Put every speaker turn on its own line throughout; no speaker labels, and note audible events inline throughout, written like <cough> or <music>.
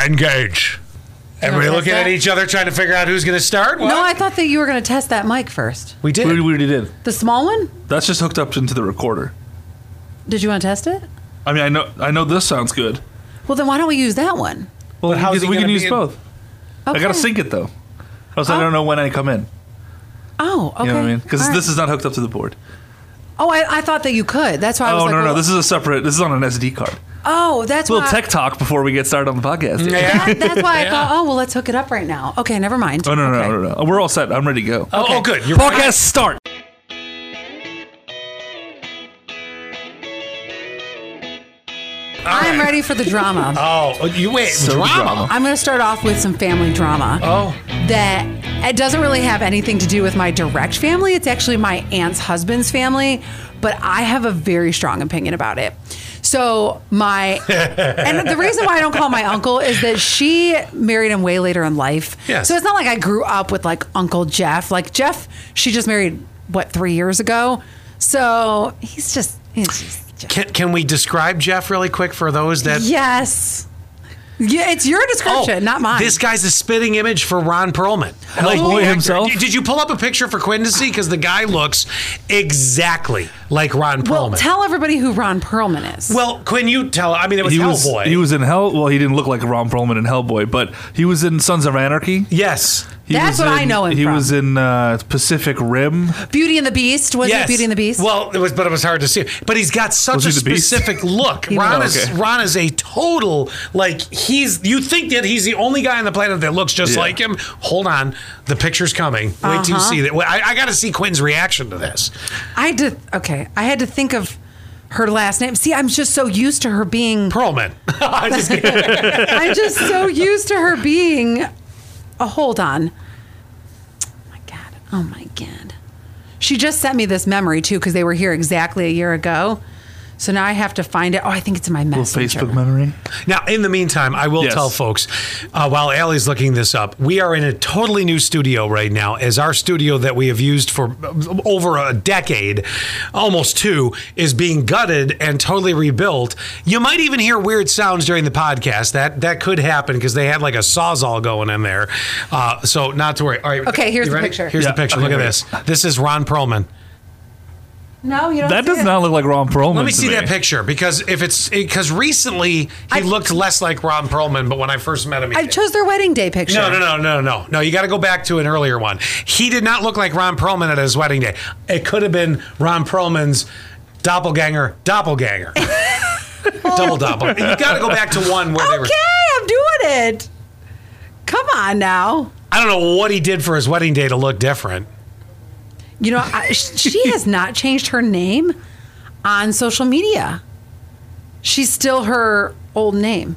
Engage.
Everybody
test
looking
that?
at each other trying to figure out who's going to start. What?
No, I thought that you were going to test that mic first.
we did.
We already did.
The small one?
That's just hooked up into the recorder.
Did you want to test it?
I mean, I know, I know this sounds good.
Well, then why don't we use that one?
Well,
how's
we
he
can, we
gonna
can
be
use
in-
both. I gotta
Okay.
sync it though. Else I
Oh.
don't know when I come in.
Oh, okay.
You know what I mean? Because
All right.
this is not hooked up to the board.
Oh, I, I thought that you could. That's why I was
Oh
like,
no, no,
well-
this is a separate. This is on an SD card.
Oh, that's
Little
why.
tech talk before we get started on the podcast.
Yeah.
That-
<laughs>
that's why I thought, oh, well, let's hook it up right now. Okay, never mind.
Oh no, no,
Okay.
no, no, no. We're all set. I'm ready to go.
Oh, oh, good. You're
podcast start.
I'm ready for the
<laughs>
drama.
Oh, you wait.
So drama.
I'm going to start off with some family drama.
Oh.
That it doesn't really have anything to do with my direct family. It's actually my aunt's husband's family, but I have a very strong opinion about it. So my
<laughs>
and the reason why I don't call my uncle is that she married him way later in life.
Yes.
So it's not like I grew up with like Uncle Jeff. Like Jeff, she just married what three years ago. So he's just he's just Jeff.
Can, can we describe Jeff really quick for those that? Oh,
yes. Yeah, it's your description, not mine.
This guy's a spitting image for Ron Perlman.
Hellboy
the actor.
himself?
Did- Did you pull up a picture for Quinn to see? Because the guy looks exactly like Ron Perlman.
Well, tell everybody who Ron Perlman is.
Well, Quinn, you tell. I mean, it was
He was
Hellboy.
he was in Hell. Well, he didn't look like Ron Perlman in Hellboy, but he was in Sons of Anarchy.
yes.
He
That's
was
what I
in-
know him
He
from.
was in uh, Pacific Rim.
Beauty and the Beast was
Yes.
it Beauty and the Beast?
Well, it was, but it was hard to see. But he's got such
Was
a
he the Beast?
specific look. Ron
was.
is
Okay.
Ron is a total like he's. You think that he's the only guy on the planet that looks just
Yeah.
like him? Hold on, the picture's coming. Wait till you
Uh-huh.
see that. Wait, I, I got to see Quinn's reaction to this.
I had to okay. I had to think of her last name. See, I'm just so used to her
<laughs>
being.
Perlman. I just kidding.
I'm just so used to her being. Oh, hold on. Oh my god. Oh my god. She just sent me this memory too because they were here exactly a year ago. So now I have to find it. Oh, I think it's in my
Little
messenger.
Facebook memory.
Now, in the meantime, I will
Yes.
tell folks uh, while Allie's looking this up, we are in a totally new studio right now, as our studio that we have used for uh, over a decade, almost two, is being gutted and totally rebuilt. You might even hear weird sounds during the podcast. That that could happen because they had like a sawzall going in there. Uh, so not to worry. All right.
Okay, here's
You
the
ready?
picture.
Here's
Yeah,
the picture.
okay,
Look at
ready.
this. This is Ron Perlman.
No, you don't.
That
see
does
it.
not look like Ron Perlman.
Let me
to
see that picture because if it's because recently he looked less like Ron Perlman, but when I first met him, he
I
did.
chose their wedding day picture.
No, no, no, no, no, no. You got to go back to an earlier one. He did not look like Ron Perlman at his wedding day. It could have been Ron Perlman's doppelganger, doppelganger, <laughs> double doppelganger. You got to go back to one where they were.
Okay, I'm doing it. Come on now.
I don't know what he did for his wedding day to look different.
You know, I, sh-
<laughs>
she has not changed her name on social media. She's still her old name.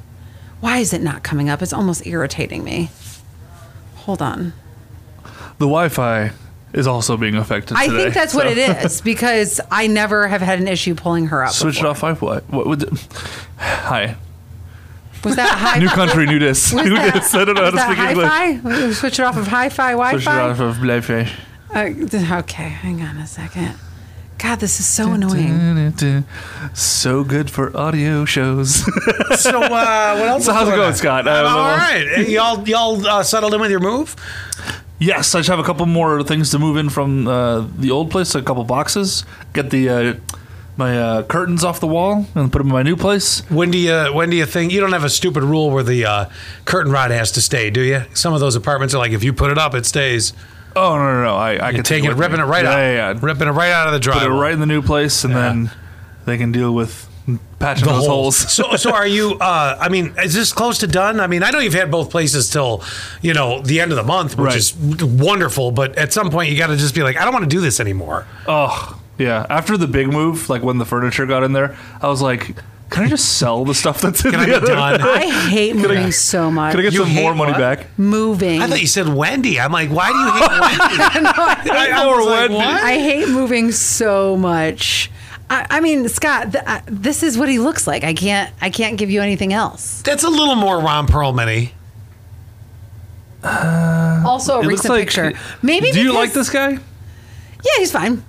Why is it not coming up? It's almost irritating me. Hold on.
The Wi-Fi is also being affected.
I
today,
think that's what
so-
it
<laughs>
is because I never have had an issue pulling her up.
Switch it
before.
off Wi-Fi. What would? <sighs> Hi.
Was
<laughs>
that a high
New country, new dis.
Was
<laughs> New
that-
dis. I don't know how
was
to
that
speak English.
hi-fi? Switch it off of hi-fi, Wi-Fi.
Switch it off of Wi-Fi.
Uh, th- okay, hang on a second. God, this is so annoying.
So good for audio shows. <laughs>
So uh, what else?
So
is
how's it
on?
going, Scott? Uh,
I'm all
well-
right. Y'all, y'all uh, settled in with your move.
yes, I just have a couple more things to move in from uh, the old place. A couple boxes. Get the uh, my uh, curtains off the wall and put them in my new place.
When do you when do you think you don't have a stupid rule where the uh, curtain rod has to stay, do you? Some of those apartments are like if you put it up, it stays.
Oh no, no, no! I, I
You
can
take it,
with
ripping
me.
it right
yeah,
out,
Yeah, yeah.
ripping it right out of the drywall.
Put it right in the new place, and
Yeah.
then they can deal with patching those holes.
so, so are you? Uh, I mean, is this close to done? I mean, I know you've had both places till you know the end of the month, which
Right.
is wonderful. But at some point, you got to just be like, I don't want to do this anymore.
Oh, yeah. After the big move, like when the furniture got in there, I was like, can I just sell the stuff that's in
Can I
the
be
<laughs>
done?
I hate moving so much.
Can I get
You
some more
hate
money
what?
back?
moving.
I thought you said Wendy. I'm like, why do you hate Wendy? <laughs> I, I
Or
was like,
Wendy.
what?
I hate moving so much. I, I mean, Scott, th- I, this is what he looks like. I can't. I can't give you anything else.
That's a little more Ron Perlman.
Also, a
It
recent picture. Maybe.
Do you
because-
like this guy?
Yeah, he's fine.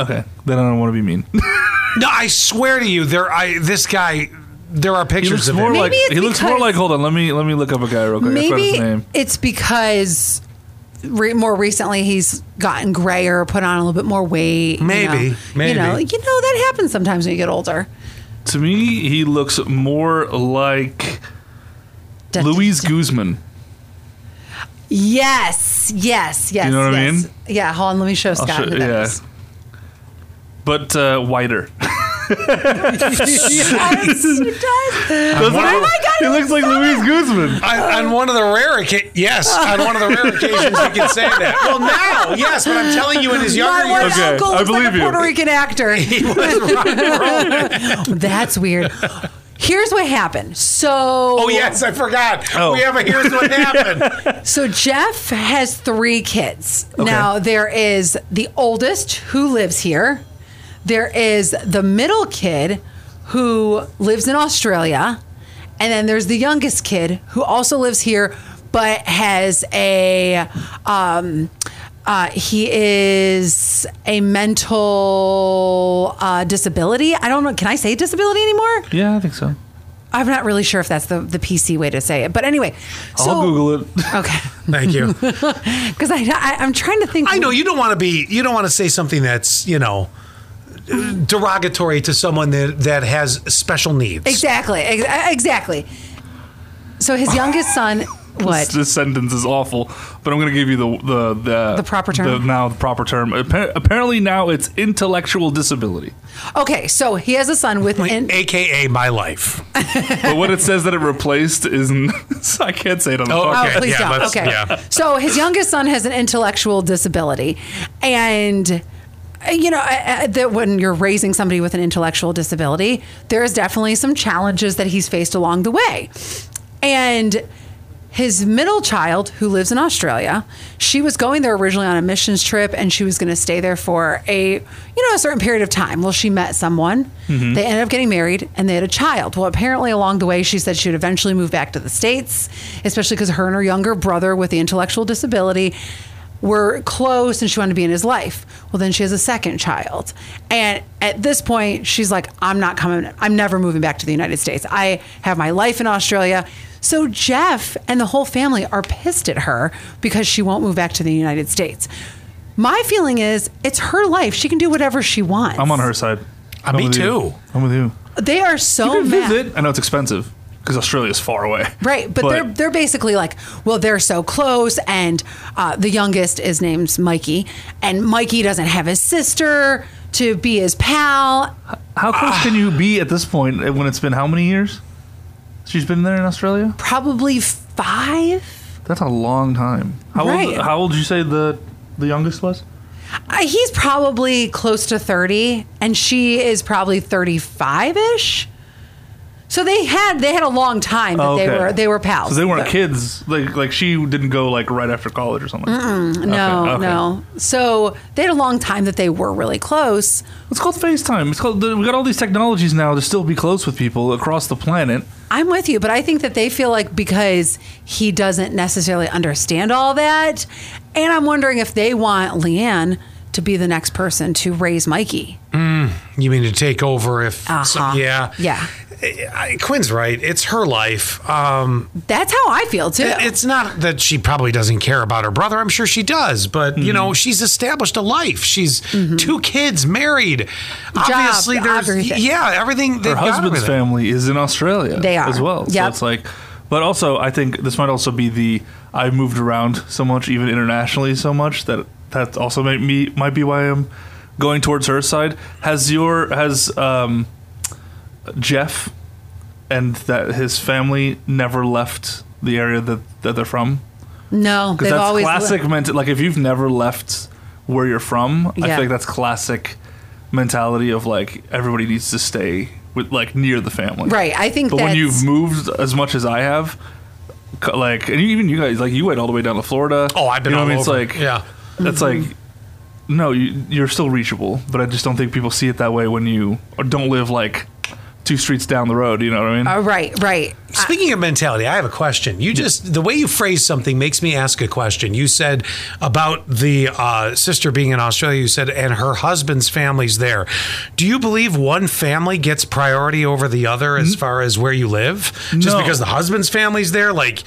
Okay, then I don't want to be mean.
No, I swear to you, there. I this guy. there are
He
pictures
looks
of
more
him.
like
Maybe it's
he looks more
because-
like. Hold on, let me let me look up a guy real quick. I forgot his
Maybe
name.
it's because re- more recently he's gotten grayer, put on a little bit more weight. you
Maybe,
know.
maybe.
You know, you know that happens sometimes when you get older.
To me, he looks more like
Da-
Luis Guzman.
Yes, yes, yes.
You know what I
yes.
mean?
Yeah, hold on. Let me show
I'll
Scott.
show-
who that
yeah.
is.
But uh, whiter.
yes, he does.
Doesn't
wow.
<laughs> he?
Oh my
God,
he
it
looks
looks
like
so
Luis Guzman.
On, on one of the rare occasions, yes, on one of the rare occasions you can say that. Well, now, yes, but I'm telling you, in his younger
My one
years,
Okay,
uncle
I
looks like
believe
a
you.
Puerto Rican actor.
he
<laughs>
was Ron Perlman.
That's weird. Here's what happened. So
Oh yes, I forgot.
Oh.
We have a here's what happened.
So Jeff has three kids. Now there is the oldest who lives here. There is the middle kid who lives in Australia. And then there's the youngest kid who also lives here but has a um uh, he is a mental uh, disability. I don't know. Can I say disability anymore?
Yeah, I think so.
I'm not really sure if that's the, the PC way to say it. But anyway,
I'll Google it. <laughs>
Okay.
Thank you.
Because I, I I'm trying to think.
I know you don't want to be. You don't want to say something that's you know derogatory to someone that that has special needs.
exactly ex- uh, exactly. So his youngest son,
This,
what?
this sentence is awful, but I'm going to give you the the the,
The proper term?
The, now the proper term. Appa- apparently now it's intellectual disability.
Okay, so he has a son with
Like,
an.
AKA my life.
But what it says that it replaced is <laughs> I can't say it on the
Oh,
Oh,
podcast.
okay,
please
yeah,
don't.
let's-
Okay.
yeah.
So his youngest son has an intellectual disability, and uh, you know uh, uh, that when you're raising somebody with an intellectual disability, there is definitely some challenges that he's faced along the way, and. His middle child, who lives in Australia, she was going there originally on a missions trip, and she was going to stay there for a you know a certain period of time. Well, she met someone.
Mm-hmm.
They ended up getting married, and they had a child. Well, apparently along the way, she said she would eventually move back to the states, especially because her and her younger brother with the intellectual disability were close and she wanted to be in his life. Well, then she has a second child. And at this point, she's like, I'm not coming, I'm never moving back to the United States. I have my life in Australia. So Jeff and the whole family are pissed at her because she won't move back to the United States. My feeling is it's her life. She can do whatever she wants.
I'm on her side.
Uh, me
with you.
too.
I'm with you.
They are so
You can
mad.
visit. I know it's expensive because Australia's far away.
Right, but, they're they're basically like, well, they're so close, and uh, the youngest is named Mikey, and Mikey doesn't have his sister to be his pal.
how close can you be at this point uh, when it's been how many years? She's been there in Australia.
Probably five.
That's a long time. How
Right.
old? How old did you say the the youngest was?
Uh, he's probably close to thirty, and she is probably thirty-five ish. So they had they had a long time that they
Okay.
were they were pals.
So they weren't
But-
kids. Like like she didn't go like right after college or something.
No,
Okay, okay.
no. So they had a long time that they were really close.
It's called FaceTime. It's called we got all these technologies now to still be close with people across the planet.
I'm with you, but I think that they feel like because he doesn't necessarily understand all that. And I'm wondering if they want Leanne to be the next person to raise Mikey.
You mean to take over if? so-
Uh-huh.
yeah.
Yeah.
I, Quinn's right. It's her life. Um,
That's how I feel too.
it's not that she probably doesn't care about her brother. I'm sure she does, but you know, she's established a life. She's two kids, married. Obviously, there's
everything.
yeah, everything.
Her husband's family is in Australia.
They are.
as well. So
Yep.
it's like, but also I think this might also be the I've moved around so much, even internationally, so much that that also might me might be why I'm going towards her side. Has your has um, Jeff and that his family never left the area that that they're from?
no, they've
Because that's
always
classic menti- Like if you've never left where you're from, I
Yeah.
feel like that's classic mentality of like everybody needs to stay with like near the family.
Right, I think
But when
that's-
you've moved as much as I have, c- like and you, even you guys, like you went all the way down to Florida.
Oh, I've been
You know
all
what I mean?
over.
It's like
Yeah.
That's like. No, you, you're still reachable, but I just don't think people see it that way when you don't live like two streets down the road. You know what I mean?
Uh, right, right.
Speaking of mentality, I have a question. You just the way you phrase something makes me ask a question. You said about the uh, sister being in Australia. You said and her husband's family's there. Do you believe one family gets priority over the other as far as where you live? Just
Mm-hmm. No.
because the husband's family's there, like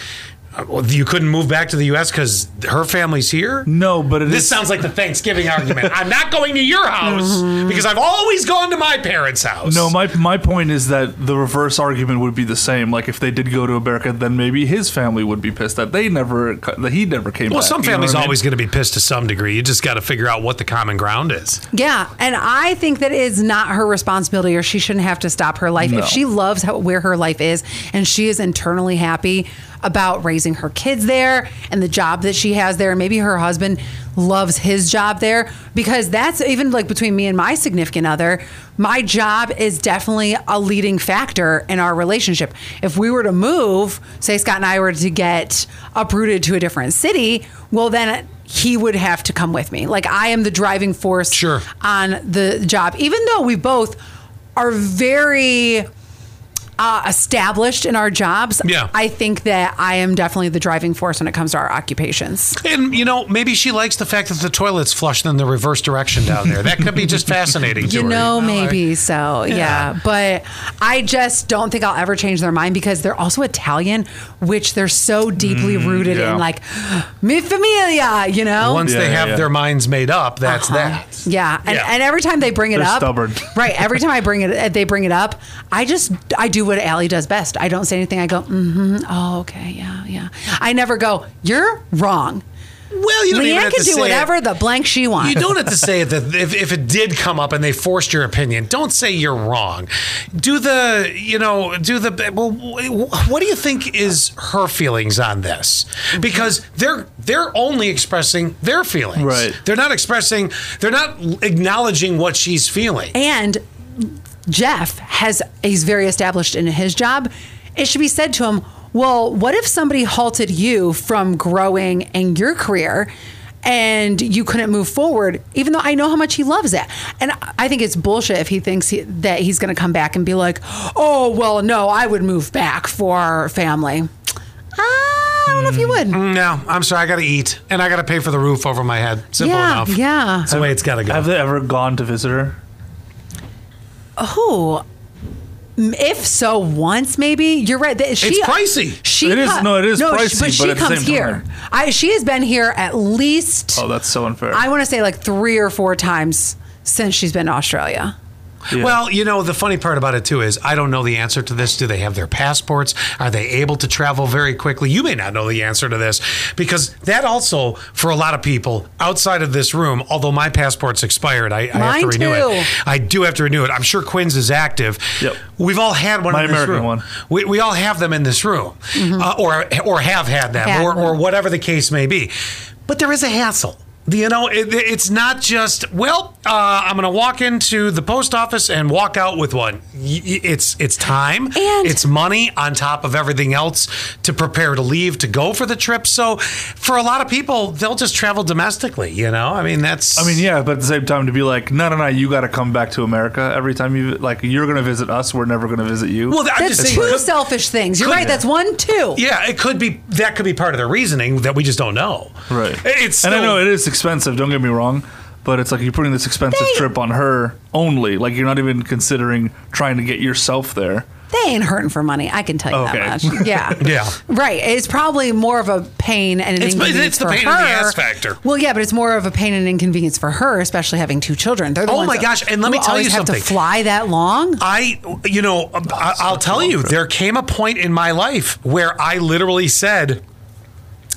uh, well, you couldn't move back to the U.S. because her family's here.
no, but it is.
This sounds like the Thanksgiving argument. I'm not going to your house because I've always gone to my parents' house.
Mm-hmm. No, my my point is that the reverse argument would be the same. Like if they did go to America, then maybe his family would be pissed that they never that he never came.
Well,
back,
some
you know
families
what I mean?
always going to be pissed to some degree. You just got to figure out what the common ground is.
Yeah, and I think that it's not her responsibility, or she shouldn't have to stop her life
No.
if she loves how, where her life is, and she is internally happy about raising her kids there and the job that she has there, and maybe her husband loves his job there because that's even like between me and my significant other. My job is definitely a leading factor in our relationship. If we were to move, say Scott and I were to get uprooted to a different city, well then he would have to come with me. Like I am the driving force
Sure.
on the job, even though we both are very uh, established in our jobs.
Yeah.
I think that I am definitely the driving force when it comes to our occupations.
And, you know, maybe she likes the fact that the toilet's flushed in the reverse direction down there. That could be just fascinating to
You
her.
know,
like-
maybe so. Yeah. But I just don't think I'll ever change their mind because they're also Italian, which they're so deeply rooted
yeah.
in, like, mi familia, you know?
Mm, Once
Yeah,
they
yeah,
have
yeah.
their minds made up, that's
Uh-huh.
that.
Yeah. And,
Yeah.
and every time they bring it
They're
up,
stubborn.
<laughs> right? Every time I bring it, uh, they bring it up. I just I do what Allie does best. I don't say anything. I go, mm-hmm. Oh, okay, yeah, yeah. I never go. You're wrong.
Well, you don't even
Leanne
have
can
to
do
say it.
whatever the blank she wants.
You don't have to say that if, if it did come up and they forced your opinion. Don't say you're wrong. Do the, you know, do the, well, wh- what do you think is her feelings on this? Because they're, they're only expressing their feelings.
Right.
They're not expressing, they're not acknowledging what she's feeling.
And Jeff has he's very established in his job. It should be said to him, well, what if somebody halted you from growing in your career and you couldn't move forward, even though I know how much he loves it. And I think it's bullshit if he thinks he, that he's going to come back and be like, oh, well, no, I would move back for family. Ah, I don't know if you would.
No, I'm sorry. I got to eat and I got to pay for the roof over my head. Simple
Yeah,
enough.
yeah.
That's the way it's got to go.
Have they ever gone to visit her?
Who? If so, once maybe you're right. That She,
pricey.
She
It is-
co-
no, it is
she-
pricey, but
she
at the
comes
same
here.
time-
I she has been here at least
Oh, that's so unfair.
I want to say like three or four times since she's been to Australia.
Yeah.
Well, you know, the funny part about it too is I don't know the answer to this. Do they have their passports? Are they able to travel very quickly? You may not know the answer to this because that also, for a lot of people outside of this room, although my passport's expired, I, I have to
Mine
renew
too.
it. I do have to renew it. I'm sure Quinn's is active.
Yep.
We've all had one
My
in this
American
room.
one. Mm-hmm.
We, we all have them in this room uh, or, or have had them
Had
or,
one.
or whatever the case may be. But there is a hassle. You know, it, it's not just well. Uh, I'm going to walk into the post office and walk out with one. Y- y- It's it's time,
And-
it's money on top of everything else to prepare to leave to go for the trip. So, for a lot of people, they'll just travel domestically. You know, I mean that's.
I mean, yeah, but at the same time, to be like, no, no, no, you got to come back to America every time you like. You're gonna visit us. We're never gonna visit you.
Well, I'm just
That's
saying,
two
could-
selfish things. You're
could-
right. That's one, two.
yeah, it could be that could be part of their reasoning that we just don't know.
right.
It's
and I
still-
know it is expensive. Don't get me wrong, but it's like you're putting this expensive
They-
trip on her only. Like you're not even considering trying to get yourself there.
They ain't hurting for money. I can tell you
Okay.
that much. Yeah.
<laughs> Yeah.
Right. It's probably more of a pain and an
It's- but
inconvenience
it's the
for
pain in
her.
the ass factor.
Well, yeah, but it's more of a pain and inconvenience for her, especially having two children. They're the
Oh
ones
my
that-
gosh, and let me
who
tell you
always have
something.
To fly that long.
I, you know, um, I, I'll tell you, there came a point in my life where I literally said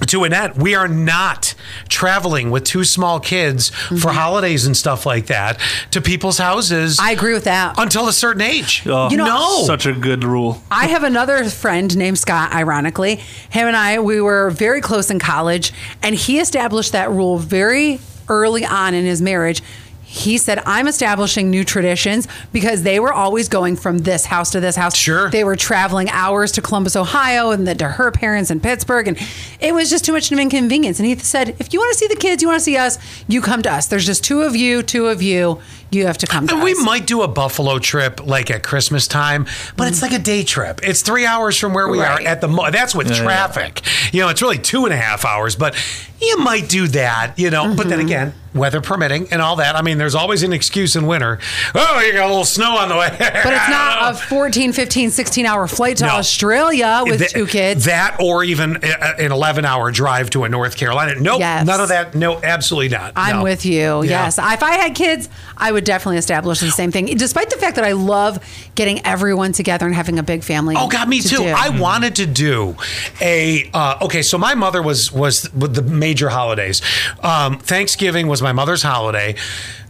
to Annette, we are not traveling with two small kids for holidays and stuff like that to people's houses
Mm-hmm. I agree with that.
until a certain age.
Oh,
You know-
no.
such a good rule.
I have another friend named Scott, ironically. Him and I, we were very close in college, and he established that rule very early on in his marriage. He said, I'm establishing new traditions because they were always going from this house to this house.
Sure.
They were traveling hours to Columbus, Ohio, and then to her parents in Pittsburgh. And it was just too much of an inconvenience. And he said, If you want to see the kids, you want to see us, you come to us. There's just two of you, two of you. You have to come to
And
us.
we might do a Buffalo trip like at Christmas time, but it's like a day trip. It's three hours from where we
Right.
are at the. Mo- that's with
yeah.
traffic. You know, it's really two and a half hours, but you might do that. You know, but
Mm-hmm.
then again, weather permitting and all that. I mean, there's always an excuse in winter. Oh, you got a little snow on the way.
But
<laughs>
it's not a 14, 15, 16 hour flight to
No.
Australia with
Th-
two kids.
That or even a- a- an 11 hour drive to a North Carolina. Nope.
Yes.
None of that. No, absolutely not.
I'm
No.
with you.
Yeah.
Yes. If I had kids, I would definitely establish the same thing, despite the fact that I love getting everyone together and having a big family.
Oh God, me
to
too.
do. Mm-hmm.
I wanted to do a uh, okay. So my mother was was with the major holidays. Um, Thanksgiving was my mother's holiday.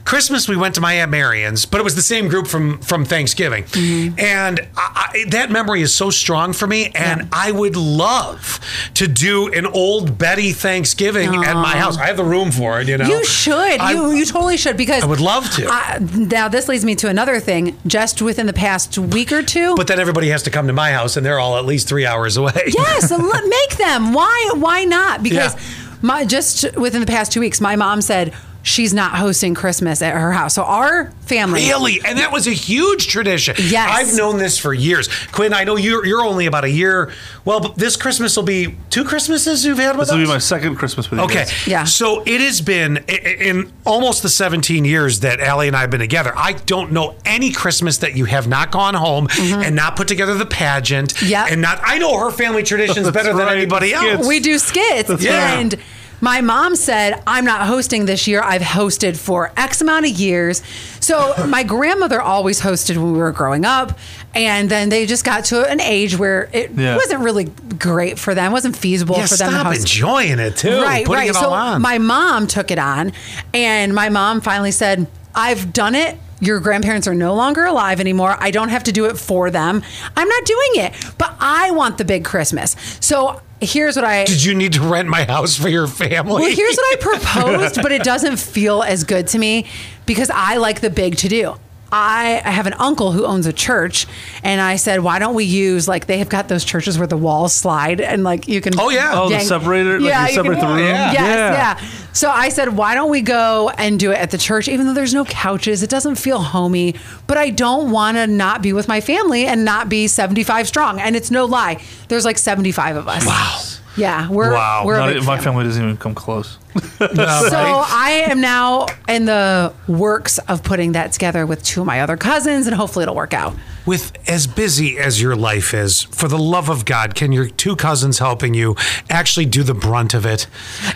Christmas we went to my aunt Marion's, but it was the same group from from Thanksgiving,
Mm-hmm.
and I, I, that memory is so strong for me. And I would love to do an old Betty Thanksgiving at my house. I have the room for it, you know.
You should.
I-
you you totally should because
I would love to.
I, now this leads me to another thing. Just within the past week or two.
but <laughs> then everybody has to come to my house, and they're all at least three hours away.
yes, let, make them. Why why not? Because
Yeah.
my just within the past two weeks, my mom said she's not hosting Christmas at her house. So our family <laughs>
Really? And that was a huge tradition.
Yes.
I've known this for years. Quinn, I know you're, you're only about a year. Well, but this Christmas will be two Christmases you've had with
This will
us?
be my second Christmas with you.
Okay.
guys.
Yeah.
So it has been i- i- in almost the 17 years that Allie and I have been together. I don't know any Christmas that you have not gone home
Mm-hmm.
and not put together the pageant.
Yeah.
And not, I know her family traditions
<laughs> That's
better than
right.
anybody
It's-
else.
we do skits
Yeah.
and my mom said i'm not hosting this year i've hosted for x amount of years
<laughs>
so my grandmother always hosted when we were growing up and then they just got to an age where it
Yeah.
wasn't really great for them wasn't feasible
yeah,
for them to
stop
host
enjoying it too.
right
putting
right
it all
so
on.
my mom took it on and my mom finally said i've done it your grandparents are no longer alive anymore. I don't have to do it for them. I'm not doing it, but I want the big Christmas. So here's what I
Did you need to rent my house for your family?
well, here's
<laughs>
what I proposed, but it doesn't feel as good to me because I like the big to do. I I have an uncle who owns a church, and I said, "Why don't we use like they have got those churches where the walls slide and like you can
Oh, yeah. Oh,
the separator, like, you
can-
separate the room?
Yes,
Yeah.
yeah. So I said, why don't we go and do it at the church? Even though there's no couches, it doesn't feel homey, but I don't want to not be with my family and not be 75 strong. And it's no lie. There's like 75 of us. Wow. Yeah, we're
Wow.
we're a
Not-
big
my family doesn't even come close.
so I am now in the works of putting that together with two of my other cousins, and hopefully it'll work out.
With as busy as your life is, for the love of God, can your two cousins helping you actually do the brunt of it?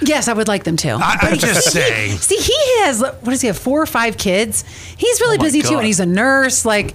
Yes, I would like them to.
I, I'm just saying.
See, he has what does he have? Four or five kids. He's really
Oh
my
busy too,
God.
and he's a nurse. Like.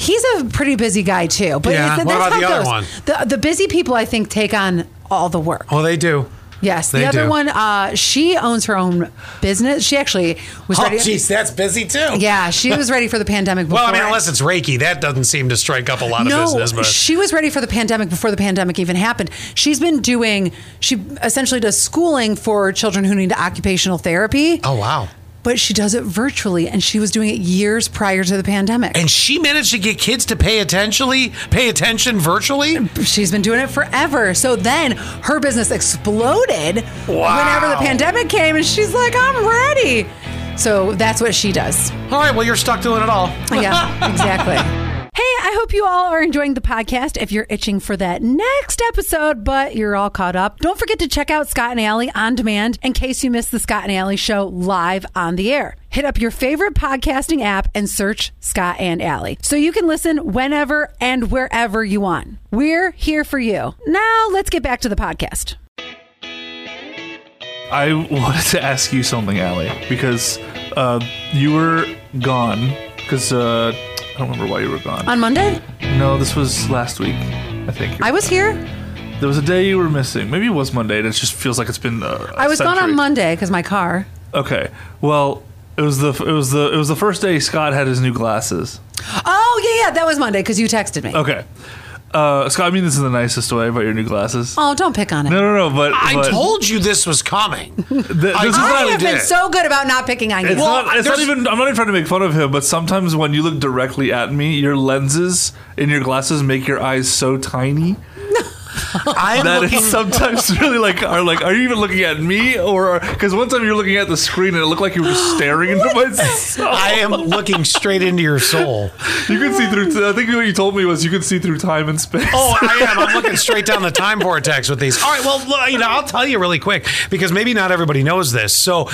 He's a pretty busy guy too, but
Yeah.
it's-
What about
how
the
it
other
goes.
one?
The, the busy people, I think, take on all the work.
Oh, they do.
Yes, the
They
other
do.
one, uh, she owns her own business. She actually was
Oh,
ready.
jeez, that's busy too.
Yeah, she was ready for the pandemic. Before
Well, I mean,
it-
unless it's Reiki, that doesn't seem to strike up a lot of
no,
business. But
she was ready for the pandemic before the pandemic even happened. She's been doing, she essentially does schooling for children who need occupational therapy,
oh wow.
but she does it virtually. And she was doing it years prior to the pandemic.
And she managed to get kids to pay attentionally, pay attention virtually.
she's been doing it forever. So then her business exploded
Wow.
whenever the pandemic came. And she's like, I'm ready. So that's what she does.
All right, well, you're stuck doing it all.
Yeah, exactly. Hey, I hope you all are enjoying the podcast. If you're itching for that next episode, but you're all caught up, don't forget to check out Scott and Alley on demand in case you missed the Scott and Alley show live on the air. Hit up your favorite podcasting app and search Scott and Alley so you can listen whenever and wherever you want. We're here for you. Now, let's get back to the podcast.
I wanted to ask you something, Allie, because uh, you were gone. Because uh, I don't remember why you were gone.
On Monday,
no, this was last week, I think.
I was here.
there was a day you were missing. Maybe it was Monday, and it just feels like it's been. Uh,
I was gone on Monday because my car.
Okay. Well, it was the it was the it was the first day Scott had his new glasses.
Oh, yeah, yeah, that was Monday because you texted me.
Okay. Uh, Scott, I mean this is the nicest way about your new glasses.
Oh, don't pick on it.
No, no, no. But
<laughs> I
but
told you this was coming.
th- this
I-
is
I
not.
really
have been
did.
so good about not picking on you.
It's,
Well,
not, it's not
there's-
even. I'm not even trying to make fun of him, but sometimes when you look directly at me, your lenses in your glasses make your eyes so tiny
I'm
that
looking.
it's sometimes <laughs> really like are like are you even looking at me or because one time you were looking at the screen and it looked like you were just staring into my soul.
I am looking straight into your soul.
<laughs> You could see through. I think what you told me was you could see through time and space.
Oh, I am. I'm looking straight down the time vortex with these. All right, well, look, you know, I'll tell you really quick because maybe not everybody knows this. So,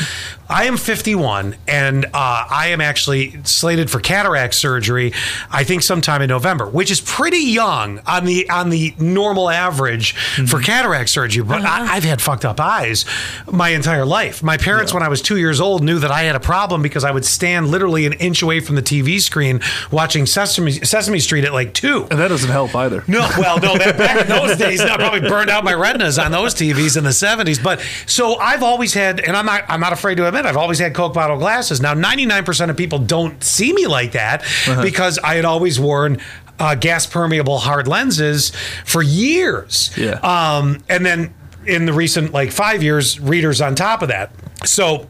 I am 51, and uh, I am actually slated for cataract surgery. I think sometime in November, which is pretty young on the on the normal average for cataract surgery. But I, I've had fucked up eyes my entire life. My parents, when I was two years old, knew that I had a problem because I would stand literally an inch away from the TV screen watching Sesame Sesame Street at like two.
and that doesn't help either.
No, well, no, that back in those days, that probably burned out my retinas on those TVs in the seventies. But so I've always had, and I'm not, I'm not afraid to admit, I've always had Coke bottle glasses. Now, ninety nine percent of people don't see me like that because I had always worn. Uh, gas permeable hard lenses for years.
Yeah.
Um, and then in the recent like five years, readers on top of that. So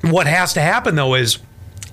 what has to happen though is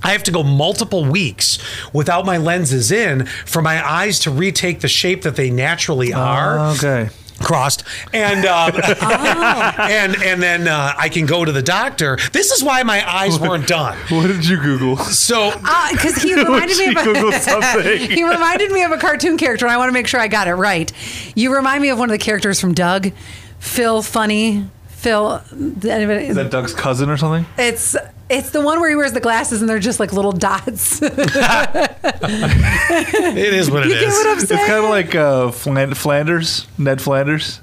I have to go multiple weeks without my lenses in for my eyes to retake the shape that they naturally are
Oh, Okay.
crossed and
<laughs>
um, <laughs> and and then uh, I can go to the doctor. This is why my
<laughs>
eyes weren't done.
What did you Google?
So
because uh, he reminded me
She
of <laughs>
Googled
a,
something.
he reminded me of a cartoon character, and I want to make sure I got it right. You remind me of one of the characters from Doug, Phil Funny, Phil. anybody-
Is that Doug's cousin or something?
It's it's the one where he wears the glasses, and they're just like little <laughs> dots. you
it is what it
get
is.
what I'm
It's
saying?
kind of like uh, Flan- Flanders, Ned Flanders.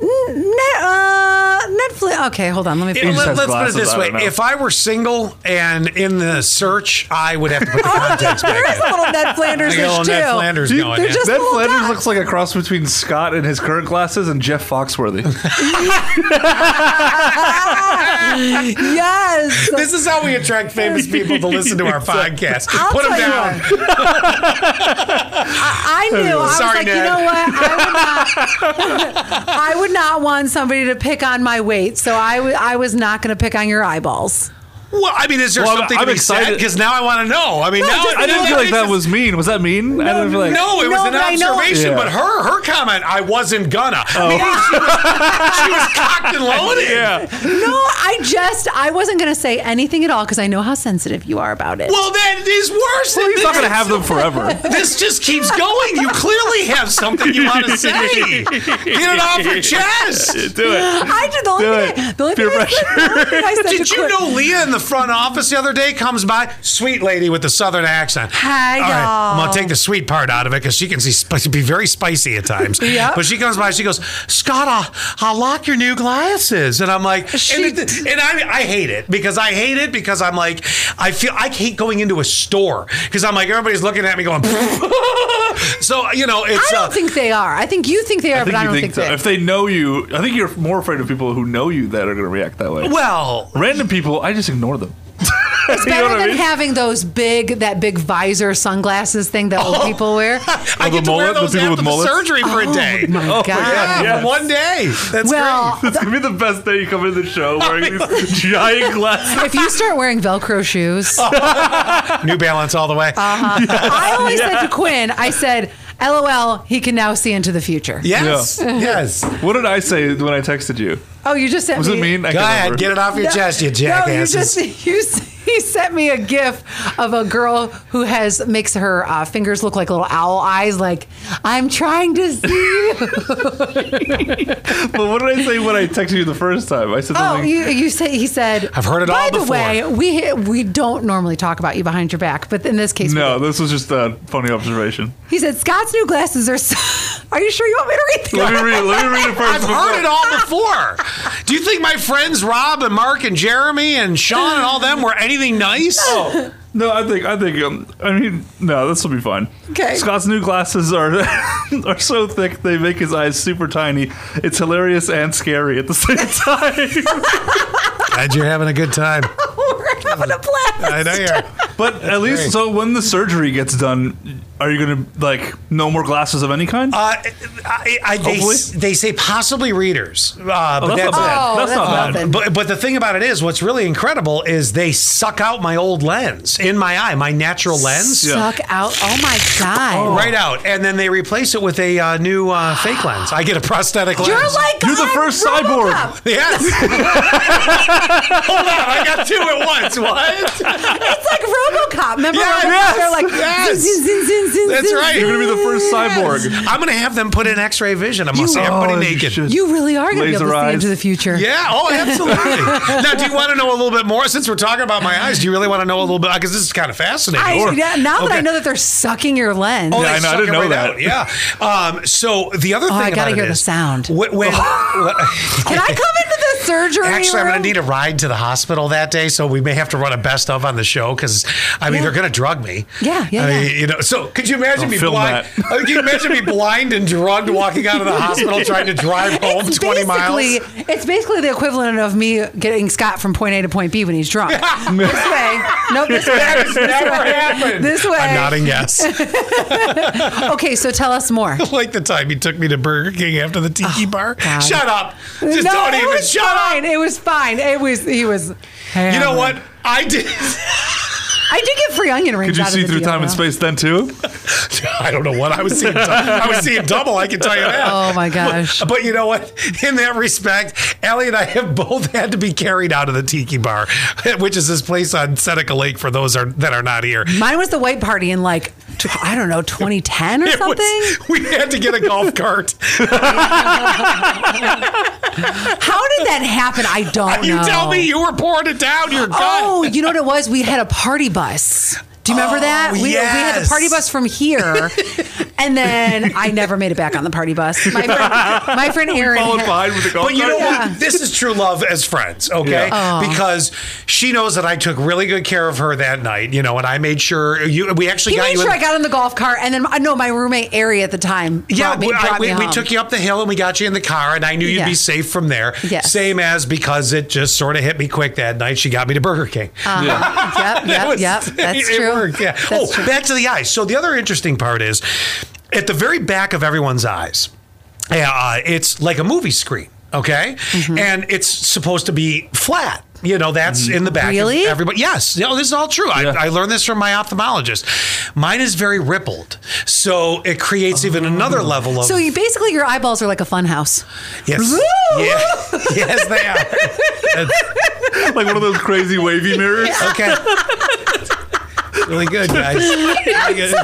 Net, uh, Netflix. Okay, hold on. Let me.
It-
<laughs>
just
let,
has
us put it
glasses,
this
I
way:
don't know.
if I were single and in the search, I would have to put the context back.
there is a little Ned Flanders
Like a little
too.
Ned Flanders
Dude,
going.
they're
yeah.
just-
Ned
little
Flanders
dots.
looks like a cross between Scott in his current glasses and Jeff
Oh,
Foxworthy.
<laughs> yes.
this is how we
<laughs>
attract famous people to listen to our podcast.
I'll
put them
tell you
down.
what. I, I knew. I was
Sorry,
like, you
Ned.
know what? I would not. I would not want somebody to pick on my weight, so I w- I was not going to pick on your eyeballs.
Well, I mean, is there
Well, I'm-
something
I'm
to be
excited.
Because now I want to know. I mean, now
just-
I didn't feel like
it's just-
that was mean. Was that mean? I didn't feel like
no, it
No,
was an
but I know-
observation.
Yeah. Oh.
But her her comment, I wasn't gonna. Maybe she, was, she
<laughs>
was cocked and loaded.
Yeah.
No, I just I wasn't going to say anything at all because I know how sensitive you are about it.
Well, that is worse. than
He's not
this.
going to have them forever.
<laughs> This just keeps going. You clearly have something you
<laughs>
want to say. Get it off your chest.
Do it.
I did the only
Do
thing. I-
it.
The only
Peer
thing I said- the only thing I
<laughs>
said
Did
to
you
Quinn-
know Leah in the front office the other day comes by? Sweet lady with the southern accent.
Hi,
All right, I'm
y'all.
gonna take the sweet part out of it because she can see sp- be very spicy at times.
<laughs> Yep.
But she comes by, she goes, Scott, I, I like your new glasses, and I'm like,
She-
and, it- and I I hate it because I hate it because I'm like I feel I hate going into a store because I'm like everybody's looking at me going. <laughs> So you know
I
it's
don't
uh,
think they are. I think you think they are,
I think
but I
<laughs> you
don't think,
think, so.
they.
if they know you, I think you're more afraid of people who know you that are going to react that way.
well
Random people, I just ignore them.
It's
You know
better
what I
than
mean?
having those big that big visor sunglasses thing that old people wear.
I
the
get to wear
mullet, the
those
people
after
with
the
mullets?
surgery for a day.
My
Oh my
God.
yeah,
yes.
one day. That's great.
Well,
<laughs> It's going to be the best day you come into
<laughs>
the show wearing these giant glasses.
if you start wearing Velcro shoes,
New Balance all the way.
Uh, I always said to Quinn, I said, LOL, he can now see into the future.
yes, <laughs> yes. Go
What did I say when I texted you?
Oh, you just sent
Was
me.
it mean? I can't remember. <laughs>
ahead, get it off your
No,
chest, you
No, you just <laughs>
jackasses.
you, s- he sent me a gif of a girl who has makes her uh, fingers look like little owl eyes. Like I'm trying to
<laughs>
see. You.
But what did I say when I texted you the first time? I said
Oh,
something.
you, you say he said.
I've heard it
By
all
the
before."
way, we we don't normally talk about you behind your back, but in this case, we
no,
did.
this was just a funny observation.
He said Scott's new glasses are. So- <laughs> are you sure you want me to read the
Let me read. Let me
<laughs>
read it 1st
I've heard it all before. Do you think my friends Rob and Mark and Jeremy and Sean and all them were anything nice?
Oh. No, I think I think um, I mean no, this will be fine.
Okay.
Scott's new glasses are <laughs> are so thick they make his eyes super tiny. It's hilarious and scary at the same <laughs> time.
Glad you're having a good time.
<laughs> We're having a blast.
I know you are.
But at least,
great.
so when the surgery gets done, are you gonna like no more glasses of any kind?
Oh,
Uh, I, I, they,
Hopefully.
they say possibly readers, uh, but
that's
that's,
not bad.
it. Uh,
Oh,
That's not bad.
nothing.
But, but the thing about it is, what's really incredible is they suck out my old lens in my eye, my natural lens,
Suck out. Oh my god.
right out, and then they replace it with a uh, new uh, fake lens. I get a prosthetic lens.
You're like
You're the
I'm
first
Robocop. <laughs>
cyborg.
Yes. Hold on, I got two at once. What?
It's like RoboCop. Remember?
Yeah,
RoboCop?
yes,
They're like
yes.
zin, zin, zin, zin,
That's
zin,
right.
zin.
You're
gonna be the first cyborg.
I'm gonna have them put in X-ray vision. I'm gonna
You-
see everybody
Oh,
naked.
shit.
You really are going to be able
Laser
to see
eyes.
into the future.
Yeah. Oh, absolutely. now, do you want to know a little bit more? Since we're talking about my eyes, do you really want to know a little bit? Because this is kind of fascinating.
I,
Or-
yeah, now that I
Okay.
know that they're sucking your lens.
Oh,
Yeah,
they
I know. I
suck
didn't
it
know
right
that.
out. Yeah. Um, so the other thing
Oh, I gotta
about it
hear the
is,
sound.
wh-
<laughs>
When,
Can I come into the surgery
Actually, I'm
room?
going to need a ride to the hospital that day, so we may have to run a best of on the show because I mean
Yeah.
they're going to drug me.
Yeah, yeah,
I mean,
yeah.
You know, so could you imagine
Don't
me
film
blind?
that.
<laughs> Uh, Can you imagine me blind and drugged walking out of the hospital trying to drive home 20 miles?
basically- It's basically the equivalent of me getting Scott from point A to point B when
<laughs>
he's drunk. this way. No, this way.
That has
This
never
way.
happened.
This way.
I'm nodding yes.
<laughs>
<laughs>
Okay, so tell us more.
like the time he took me to Burger King after the tiki bar.
Oh, God.
Shut up. Just
no,
don't
it
even
was
shut
fine.
up.
It was fine. It was he was
You know what? I did. <laughs>
I did get free onion rings.
Could you
out of
see
the
through
deal,
time and
though.
space then
<laughs>
too?
I don't know what I was seeing. <laughs> dou- I was seeing double. I can tell you that. <laughs>
Oh my gosh.
But you know what? In that respect, Allie and I have both had to be carried out of the Tiki Bar, <laughs> which is this place on Seneca Lake for those are, that are not here. <laughs>
Mine was the white party in like tw- I don't know 2010 or
<laughs> It was-
something.
we had to get a
<laughs>
golf cart.
How did that happen? I
<laughs>
don't
you
know.
tell me you were pouring it down your gut.
Oh, you know what it was? We had a party bus. Do you remember that? We, we had the
Oh, yes.
party bus from here, and then I never made it back on the party bus. My friend, my
<laughs>
friend Aaron.
Followed
had-
behind with the golf
But you know
cart?
Yeah.
what? This is true love as friends, okay?
Yeah. Aw.
Because she knows that I took really good care of her that night, you know, and I made sure you. We actually
He
got
made
you.
sure
in-
I got in the golf cart, and then I know my roommate Ari at the time.
yeah,
brought me,
we, I-
brought
we,
me
we
home.
took you up the hill and we got you in the car, and I knew you'd
Yeah.
be safe from there.
Yes.
Same as because it just sort of hit me quick that night. She got me to Burger King.
Yeah.
Uh-huh.
<laughs> That
<laughs> Yep, Uh, yep,
was- <laughs>
yep. That's
it
true.
worked, yeah.
That's
oh,
true.
back to the eyes. So the other interesting part is, at the very back of everyone's eyes, uh, it's like a movie screen. Okay,
Mm-hmm.
and it's supposed to be flat. You know, that's in the back. of
Really?
Everybody, yes. No, this is all true.
Yeah.
I, I learned this from my ophthalmologist. Mine is very rippled, so it creates even another level of
Oh. So you basically your eyeballs are like a fun house.
yes, yeah, <laughs> yes, they are. That's-
like one of those crazy wavy mirrors.
Okay. really good, guys. <laughs> Really good.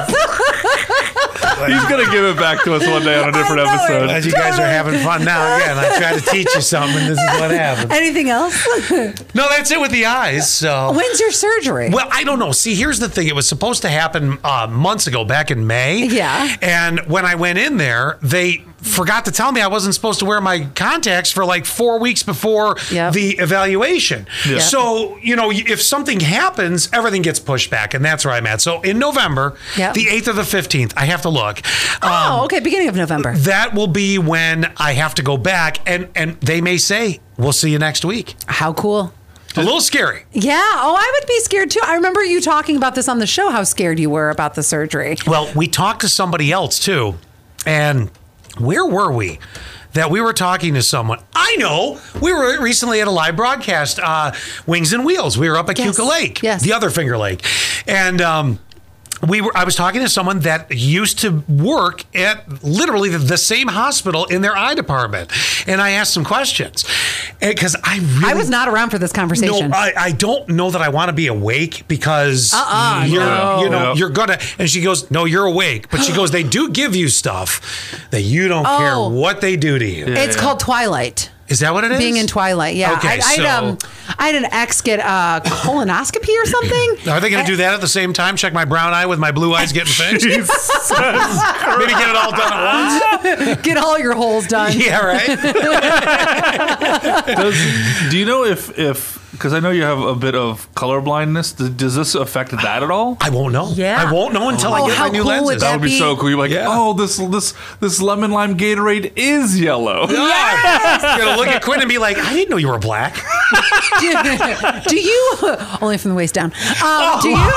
He's gonna give it back to us one day on a different
I know it.
episode.
Glad you guys are having fun now. Again, I tried to teach you something, and this is what happened. <laughs>
Anything else?
No, that's it with the eyes. So.
When's your surgery?
Well, I don't know. See, here's the thing. It was supposed to happen uh, months ago, back in May.
Yeah.
And when I went in there, they forgot to tell me I wasn't supposed to wear my contacts for like four weeks before
Yep.
the evaluation.
Yeah.
So, you know, if something happens, everything gets pushed back. And that's where I'm at. So in November,
Yep.
the 8th or the 15th, I have to look. uh, um,
oh, okay. Beginning of November.
that will be when I have to go back and and they may say we'll see you next week.
How cool.
A little scary.
Yeah. Oh, I would be scared too. I remember you talking about this on the show, how scared you were about the surgery.
Well, we talked to somebody else too, and where were we? That we were talking to someone. I know we were recently at a live broadcast, uh, Wings and Wheels. We were up at
Yes.
Cuca Lake,
Yes.
the other Finger Lake, and. Um, we were. I was talking to someone that used to work at literally the, the same hospital in their eye department, and I asked some questions because I really
I was not around for this conversation.
No, I, I don't know that I want to be awake because
Uh-uh,
you're,
no.
you know,
Yeah.
you're gonna. And she goes, "No, you're awake." But she goes, "They do give you stuff that you don't care
Oh.
what they do to you."
it's
Yeah.
called Twilight.
Is that what it is?
Being in Twilight, yeah.
Okay,
I, I'd,
so-
um, I had an ex get uh, colonoscopy or something.
<laughs> Are they going to do that at the same time? Check my brown eye with my blue eyes getting
<laughs>
fixed. Maybe get it all done at once.
<laughs> Get all your holes done.
<laughs> Yeah, right.
Does, do you know if if because I know you have a bit of color blindness? Does, does this affect that at all?
I won't know.
Yeah.
I won't know until
Oh,
I get
how
my new
cool would
lenses.
That would be,
That'd
so
be-
cool. You're like,
Yeah.
oh, this this this lemon lime Gatorade is yellow.
<laughs>
<laughs>
Yes! You're gonna look at Quinn and be like, "I didn't know you were black."
do, do you only from the waist down? Um, Do you?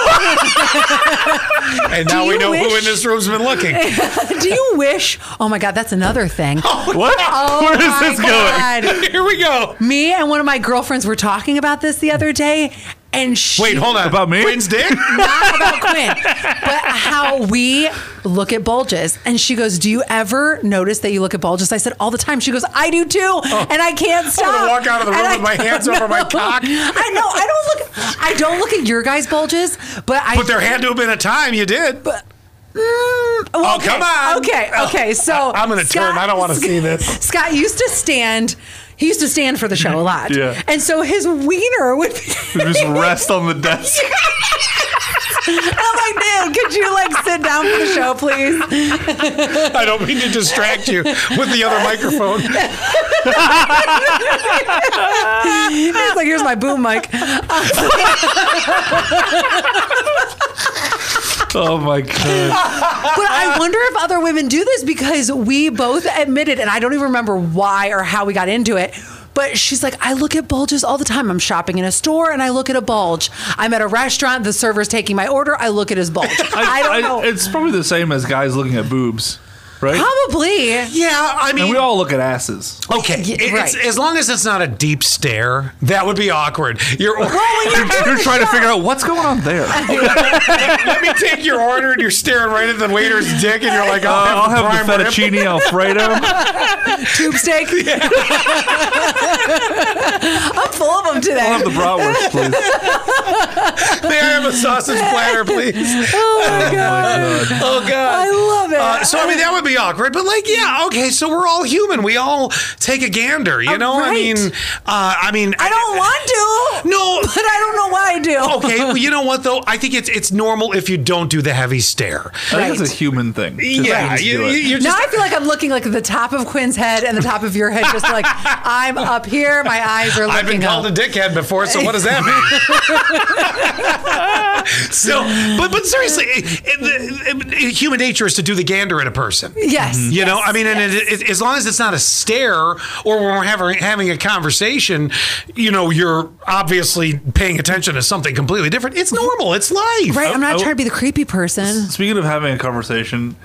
And now
Do
we
you
know who
wish-
in this room's been
<laughs>
looking. <laughs>
do you wish? Oh my God, that's another thing.
What?
<laughs>
Oh
Where is
my
this going?
God.
Here we go.
Me and one of my girlfriends were talking about this the other day, and she
Wait, hold on.
About me?
Quinn's
<laughs>
dick?
<laughs> not about Quinn, but how we look at bulges. And she goes, Do you ever notice that you look at bulges? I said, All the time. She goes, I do too. And I can't stop.
Oh. walk out of the room
And
with my
<laughs>
hands over my cock.
I know. I don't look I don't look at your guys' bulges, but I
But there had to have been a time you did.
Mm, well,
Oh, come on.
Okay,
Oh, <laughs>
okay. So
I- I'm gonna turn. I don't wanna see this.
<laughs> Scott used to stand. He used to stand for the
<laughs>
show a lot.
Yeah.
And so his wiener would be
Just rest on
<laughs>
the desk.
And <laughs> I'm like, dude, could you like sit down for the
<laughs>
show, please?
I don't mean to distract you with the other microphone.
He's like, here's my boom mic.
<laughs> Oh my <laughs> god.
But I wonder if other women do this because we both admitted, and I don't even remember why or how we got into it. But she's like, I look at bulges all the time. I'm shopping in a store and I look at a bulge. I'm at a restaurant, the server's taking my order, I look at
<laughs>
his bulge. I, don't know.
It's probably the same as guys looking at boobs, right?
Probably.
Yeah, I mean,
And we all look at asses.
okay.
Yeah,
it- it's-
right.
as long as it's not a deep stare, that would be awkward. You're, <laughs>
You're trying to figure out what's going on there.
let me take your order, and you're staring right at the waiter's dick, and you're like,
Uh, I'll
I'll have,
have the
prime rib.
fettuccine alfredo.
Tube steak. I'm full of them today.
I'll have the bratwurst, please.
<laughs> May I have a sausage <laughs> platter, please?
oh my God.
Oh God,
I love it.
Uh, so I mean, that would be awkward, but like, yeah, okay. So we're all human. We all take a gander, you
Oh,
know. I
right.
mean, uh, I mean,
I don't want to.
<laughs> No. Oh,
But I don't know why I do.
Okay, well, you know what though? I think it's it's normal if you don't do the heavy stare.
I think
Right.
it's a human thing. Just
Yeah,
humans
you,
do
you-
it.
you're
Now
just
I feel like I'm looking like at the top of Quinn's head and the top of your head, just
<laughs>
like I'm up here. My eyes are looking
I've been called
up.
a dickhead before, so what does that mean? <laughs> so, but but seriously, it, it, it- it- human nature is to do the gander at a person.
yes.
You know, I mean, and it, it, as long as it's not a stare, or when we're having having a conversation, you know, you're obviously paying attention to something completely different. It's normal. It's life.
Right. I'm
I-
not
I-
trying to be the creepy person.
Speaking of having a conversation,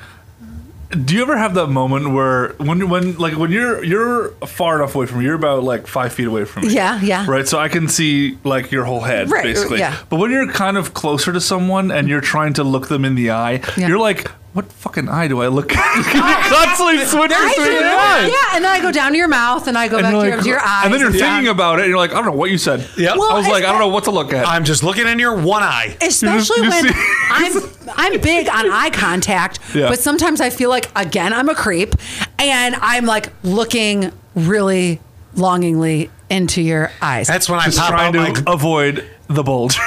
do you ever have that moment where when when like when you're you're far enough away from me, you're about like five feet away from me.
Yeah, yeah.
Right. So I can see like your whole head
Right,
basically.
yeah.
But when you're kind of closer to someone and you're trying to look them in the eye,
Yeah. Oh,
you're like, what fucking eye do I
<laughs>
look at? you constantly switch
I
between
do.
the eyes.
Yeah, and then I go down to your mouth and I go
<laughs> And
back
you're
to,
like-
your, to your eyes.
and then you're
down-
thinking about it, and you're like, I don't know what you said.
Yep.
Well,
I was like,
it's-
I don't know what to look at.
I'm just looking in your one eye.
Especially
You
when
see- <laughs>
I'm I'm big on eye contact,
Yeah.
but sometimes I feel like again I'm a creep, and I'm like looking really longingly into your eyes.
That's when I
just
pop
trying
out
to
my
avoid the bulge.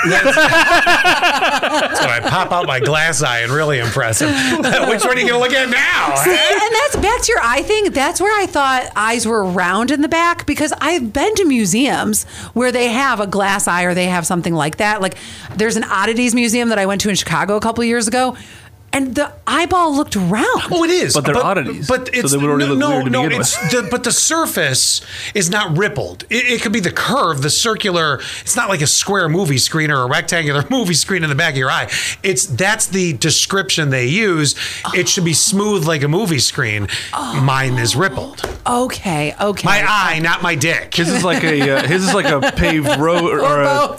So I pop out my glass eye and really impress him. <laughs> Which one are you going to look at now?
<laughs> See, and that's back to your eye thing. That's where I thought eyes were round in the back because I've been to museums where they have a glass eye or they have something like that. Like there's an oddities museum that I went to in Chicago a couple of years ago, and the eyeball looked round.
Oh, it is.
But they're oddities.
But
So
it's
they would already
no,
look
no,
weird to
no,
begin
it's the, but the surface is not rippled. It, it could be the curve, the circular. It's not like a square movie screen or a rectangular <laughs> movie screen in the back of your eye. It's that's the description they use. It should be smooth like a movie screen. Mine is rippled.
Okay, okay.
My eye, not my dick.
<laughs> His is like a uh, his is like a paved road or, or a,
Oh,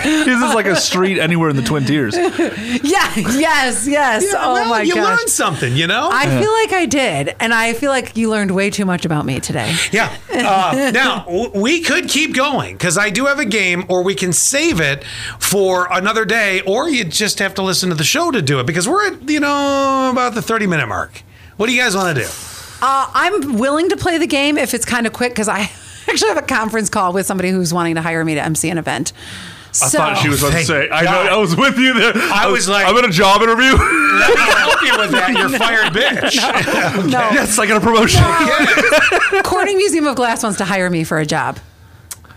his is like a street anywhere in the Twin Tiers.
<laughs> yeah, yes, yes.
Yeah,
oh
well,
my
you
gosh.
learned something, you know.
I feel like I did, and I feel like you learned way too much about me today.
Yeah. Uh, now w- we could keep going because I do have a game, or we can save it for another day, or you just have to listen to the show to do it because we're at you know about the thirty minute mark. What do you guys want to do?
Uh, I'm willing to play the game if it's kind of quick because I <laughs> actually have a conference call with somebody who's wanting to hire me to MC an event. So,
I thought she was about to
Thank
say. I,
God.
know, I was with you there. I,
was like-
I'm in a job interview. <laughs>
Let me help you with <laughs> that. You're fired, bitch.
no.
<laughs> yes, I got a promotion.
<laughs>
<laughs>
Corning Museum of Glass wants to hire me for a job.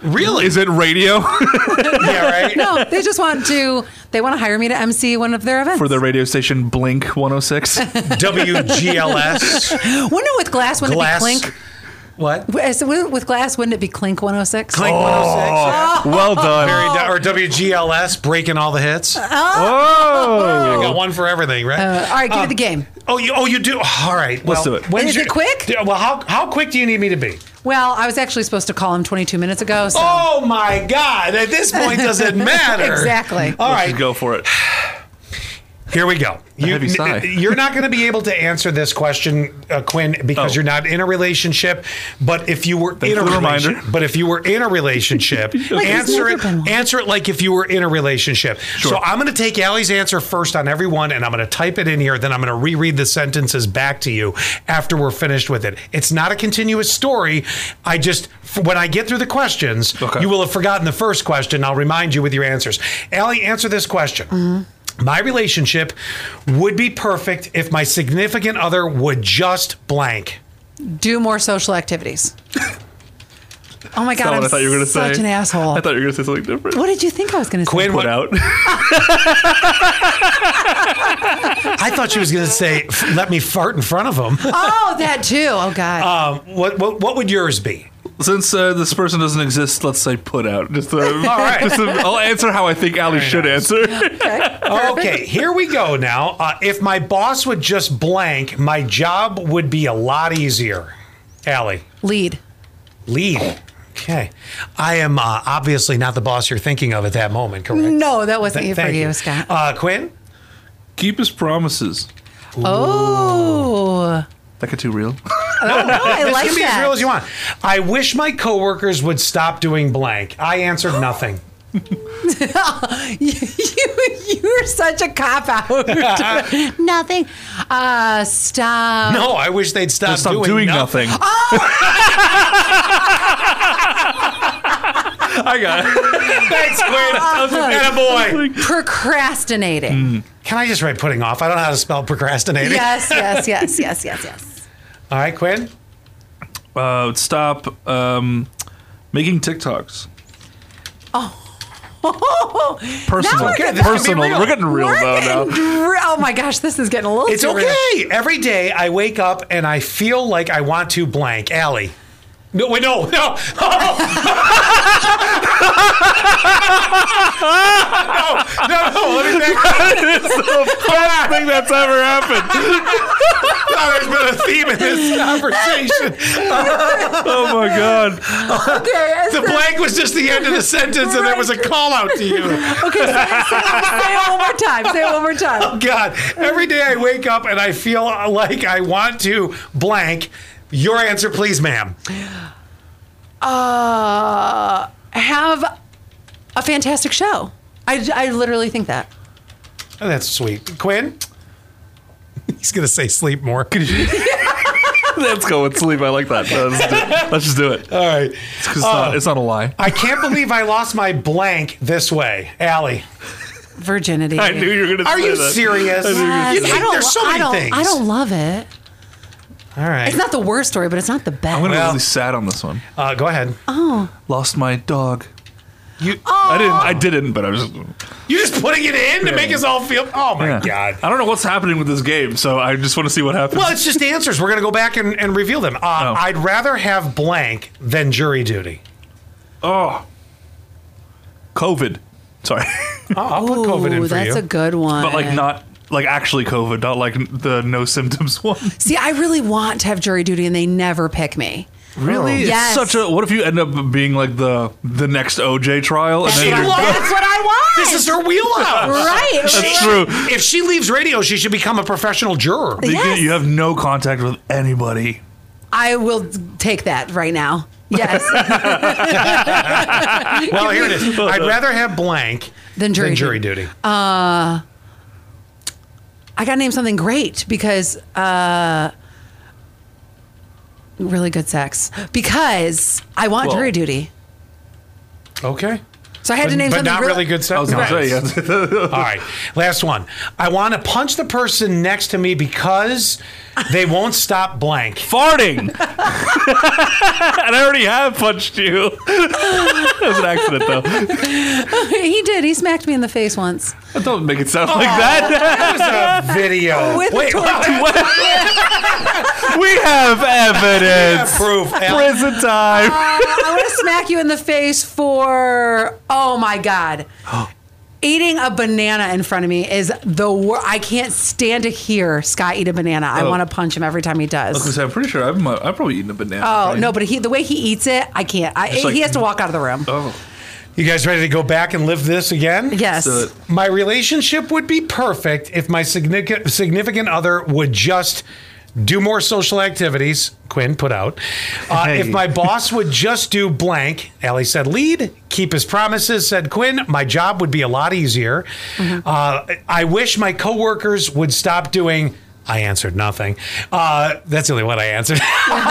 really?
Is it radio
Yeah, right.
No, they just want to. They want to hire me to MC one of their events.
<laughs> for the radio station Blink 106? <laughs>
WGLS
Well, no, with glass, wouldn't
glass.
it be clink?
What?
With, with glass, wouldn't it be Clink 106?
Clink 106.
Oh, well done.
Very di- Or WGLS, breaking all the hits. I
Oh,
got one for everything, right?
Uh, all right, give me the game.
oh, you, oh, you do? All right. Well,
do it.
when's
Is it
your-
quick?
Yeah, Well, how, how quick do you need me to be?
Well, I was actually supposed to call him 22 minutes ago. So.
Oh, my God. At this point, does
<laughs>
it matter?
Exactly.
All
Let's
right.
just go for it.
Here we go. You,
heavy sigh.
are not going to be able to answer this question, uh, Quinn, because
Oh.
you're not in a relationship. But if you were in a
for the reminder.
relationship, but if you were in a
<laughs>
relationship, answer
never
it.
been one.
Answer it like if you were in a relationship. So
Sure.
I'm going to take Allie's answer first on every one, and I'm going to type it in here. Then I'm going to reread the sentences back to you after we're finished with it. It's not a continuous story. I just f- when I get through the questions,
Okay.
you will have forgotten the first question. I'll remind you with your answers. Allie, answer this question.
Mm-hmm.
My relationship would be perfect if my significant other would just blank.
Do more social activities. oh my God.
Not
I'm
what I thought you were going to say.
such an asshole.
I thought you were going to say something different.
what did you think I was going to say?
Quinn,
Put
what,
<laughs> out.
I thought she was going to
<laughs>
say, "F- "Let me fart in front of him."
Oh, that too. Oh,
Uh,
God.
Um, what, what what would yours be?
Since uh, this person doesn't exist, let's say put out. <laughs> Just, uh, All
right.
Just, uh, I'll answer how I think Ali should answer. <laughs>
Okay, here we go now. Uh, if my boss would just blank, my job would be a lot easier. Allie,
Lead.
lead. Okay, I am uh, obviously not the boss you're thinking of at that moment, correct?
No, that wasn't you for
Thank
you, Scott.
Uh, Quinn,
Keep his promises.
oh.
That got too real.
Oh, I
this
like
can be
that.
as real as you want. I wish my coworkers would stop doing blank. I answered
<gasps>
nothing.
you, <laughs> you, you're such a cop
<laughs>
out. Nothing. Uh, stop.
No, I wish they'd stop,
Stop
doing,
doing,
nothing.
nothing. I got it.
<laughs> Thanks,
<laughs>
Quinn. and boy.
Mm.
Procrastinating.
Can I just write putting off? I don't know how to spell procrastinating.
Yes,
<laughs>
yes, yes, yes, yes, yes.
All right, Quinn.
Uh, stop um, making TikToks.
<laughs> Oh,
Personal.
we're getting-
Personal.
this can be real.
We're getting real,
we're
though, now.
getting dr- oh my gosh, this is getting a little
It's
too real.
okay. Every day I wake up and I feel like I want to blank. Allie. No, wait, no, <laughs> no. Oh. no, no, no, let me think. <laughs>
it's the best thing that's ever happened.
Oh, there's been a theme in <laughs> this conversation.
Oh my god.
<laughs> Okay,
The
so-
blank was just the end of the sentence, and there was a call out to you.
okay say, say- say it one more time. Say it one more time.
God, every day I wake up and I feel like I want to blank. Your answer, please, ma'am.
Uh, have a fantastic show. I, I literally think that.
Oh, that's sweet. Quinn? <laughs> He's going to say sleep more.
<laughs> Let's go with sleep. I like that.
<laughs>
Let's, do- let's just do
<laughs>
it. Uh,
All right.
'Cause It's, not, it's not a lie.
I can't believe I lost my blank this way. Allie.
Virginity.
<laughs> I knew you were going to say
Are you
that.
serious?
Yes.
You think there's so many
I don't,
things.
I don't love it.
All right.
It's not the worst story, but it's not the best.
I'm going to
Well-
be really sad on this one.
uh, go ahead.
Lost my dog.
You,
uh,
I didn't.
Oh.
I didn't. But I was.
you're just putting it in to make us all feel. Oh, my
Yeah.
God.
I don't know what's happening with this game, so I just want to see what happens.
Well, it's just answers. We're going to go back and, and reveal them. Uh, I'd rather have blank than jury duty.
Oh, COVID. Sorry, <laughs>
Oh, I'll put COVID in
Ooh,
for
that's
you.
a good one. <laughs>
but like not like actually COVID, not like the no symptoms <laughs> one.
See, I really want to have jury duty, and they never pick me.
Really?
Yes.
Such a. What if you end up being like the the next OJ trial?
That's,
She
what, I,
you're-
loves-
that's what I want.
This is her wheelhouse.
right.
That's
right.
true.
If she leaves radio, she should become a professional juror.
You get-
Yes.
You have no contact with anybody.
I will take that right now.
<laughs>
Yes.
Well, here it
<laughs>
is. I'd rather have blank
Than jury Uh,
duty.
I got to name something great because uh, really good sex because I want
Well-
jury duty.
okay.
So I had to name
but
something
not
real-
really good
I was
sentence.
going to say,
<laughs>
yeah.
All right, last one. I want to punch the person next to me because they won't stop blank.
<laughs> farting. and I already have punched you. that was an accident, though.
<laughs> he did. He smacked me in the face once.
Don't make it sound like that.
That was
<laughs>
a video.
With
Wait,
a
what?
we have evidence.
proof.
Prison time.
Uh, I want to smack you in the face for oh my
<gasps>
god. Eating a banana in front of me is the worst. I can't stand to hear Scott eat a banana. I
Oh.
want to punch him every time he does.
I'm pretty sure I've, mu- I've probably eaten a banana.
Oh
right?
no, but he the way he eats it, I can't. I,
It's like-
he has to walk out of the room.
Oh,
You guys ready to go back and live this again?
yes.
so-
My relationship would be perfect if my significant significant other would just do more social activities. Quinn put out. Uh,
Hey.
If my boss would just do blank, Allie said, lead, keep his promises, said Quinn, my job would be a lot easier. Uh, I wish my coworkers would stop doing. I answered nothing. Uh, that's the only one I answered.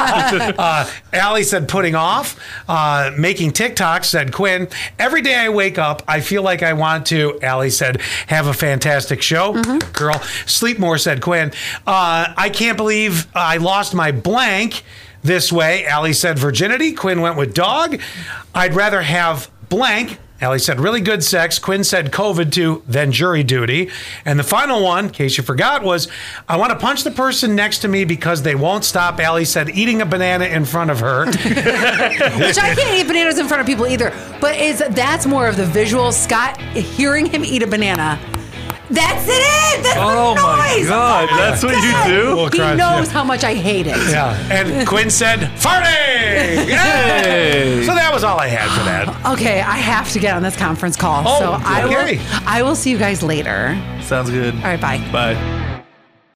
uh, Allie said putting off, uh, making TikToks, said Quinn. Every day I wake up, I feel like I want to. Allie said, have a fantastic show. Girl, sleep more, said Quinn. Uh, I can't believe I lost my blank this way. Allie said virginity. Quinn went with dog. I'd rather have blank. Allie said really good sex. Quinn said COVID too, then jury duty. And the final one, in case you forgot, was I want to punch the person next to me because they won't stop. Allie said eating a banana in front of her.
Which I can't eat bananas in front of people either. But is that's more of the visual. Scott hearing him eat a banana. That's it. That's
Oh
the
my
noise.
God,
Oh my
that's what you
God.
do?
Well,
He
Christ,
knows
yeah.
how much I hate it.
<laughs> yeah. And Quinn said farting.
Hey.
So that was all I had for that.
Okay, I have to get on this conference call.
Oh,
so I
okay.
will I will see you guys later.
sounds good.
All right, bye.
Bye.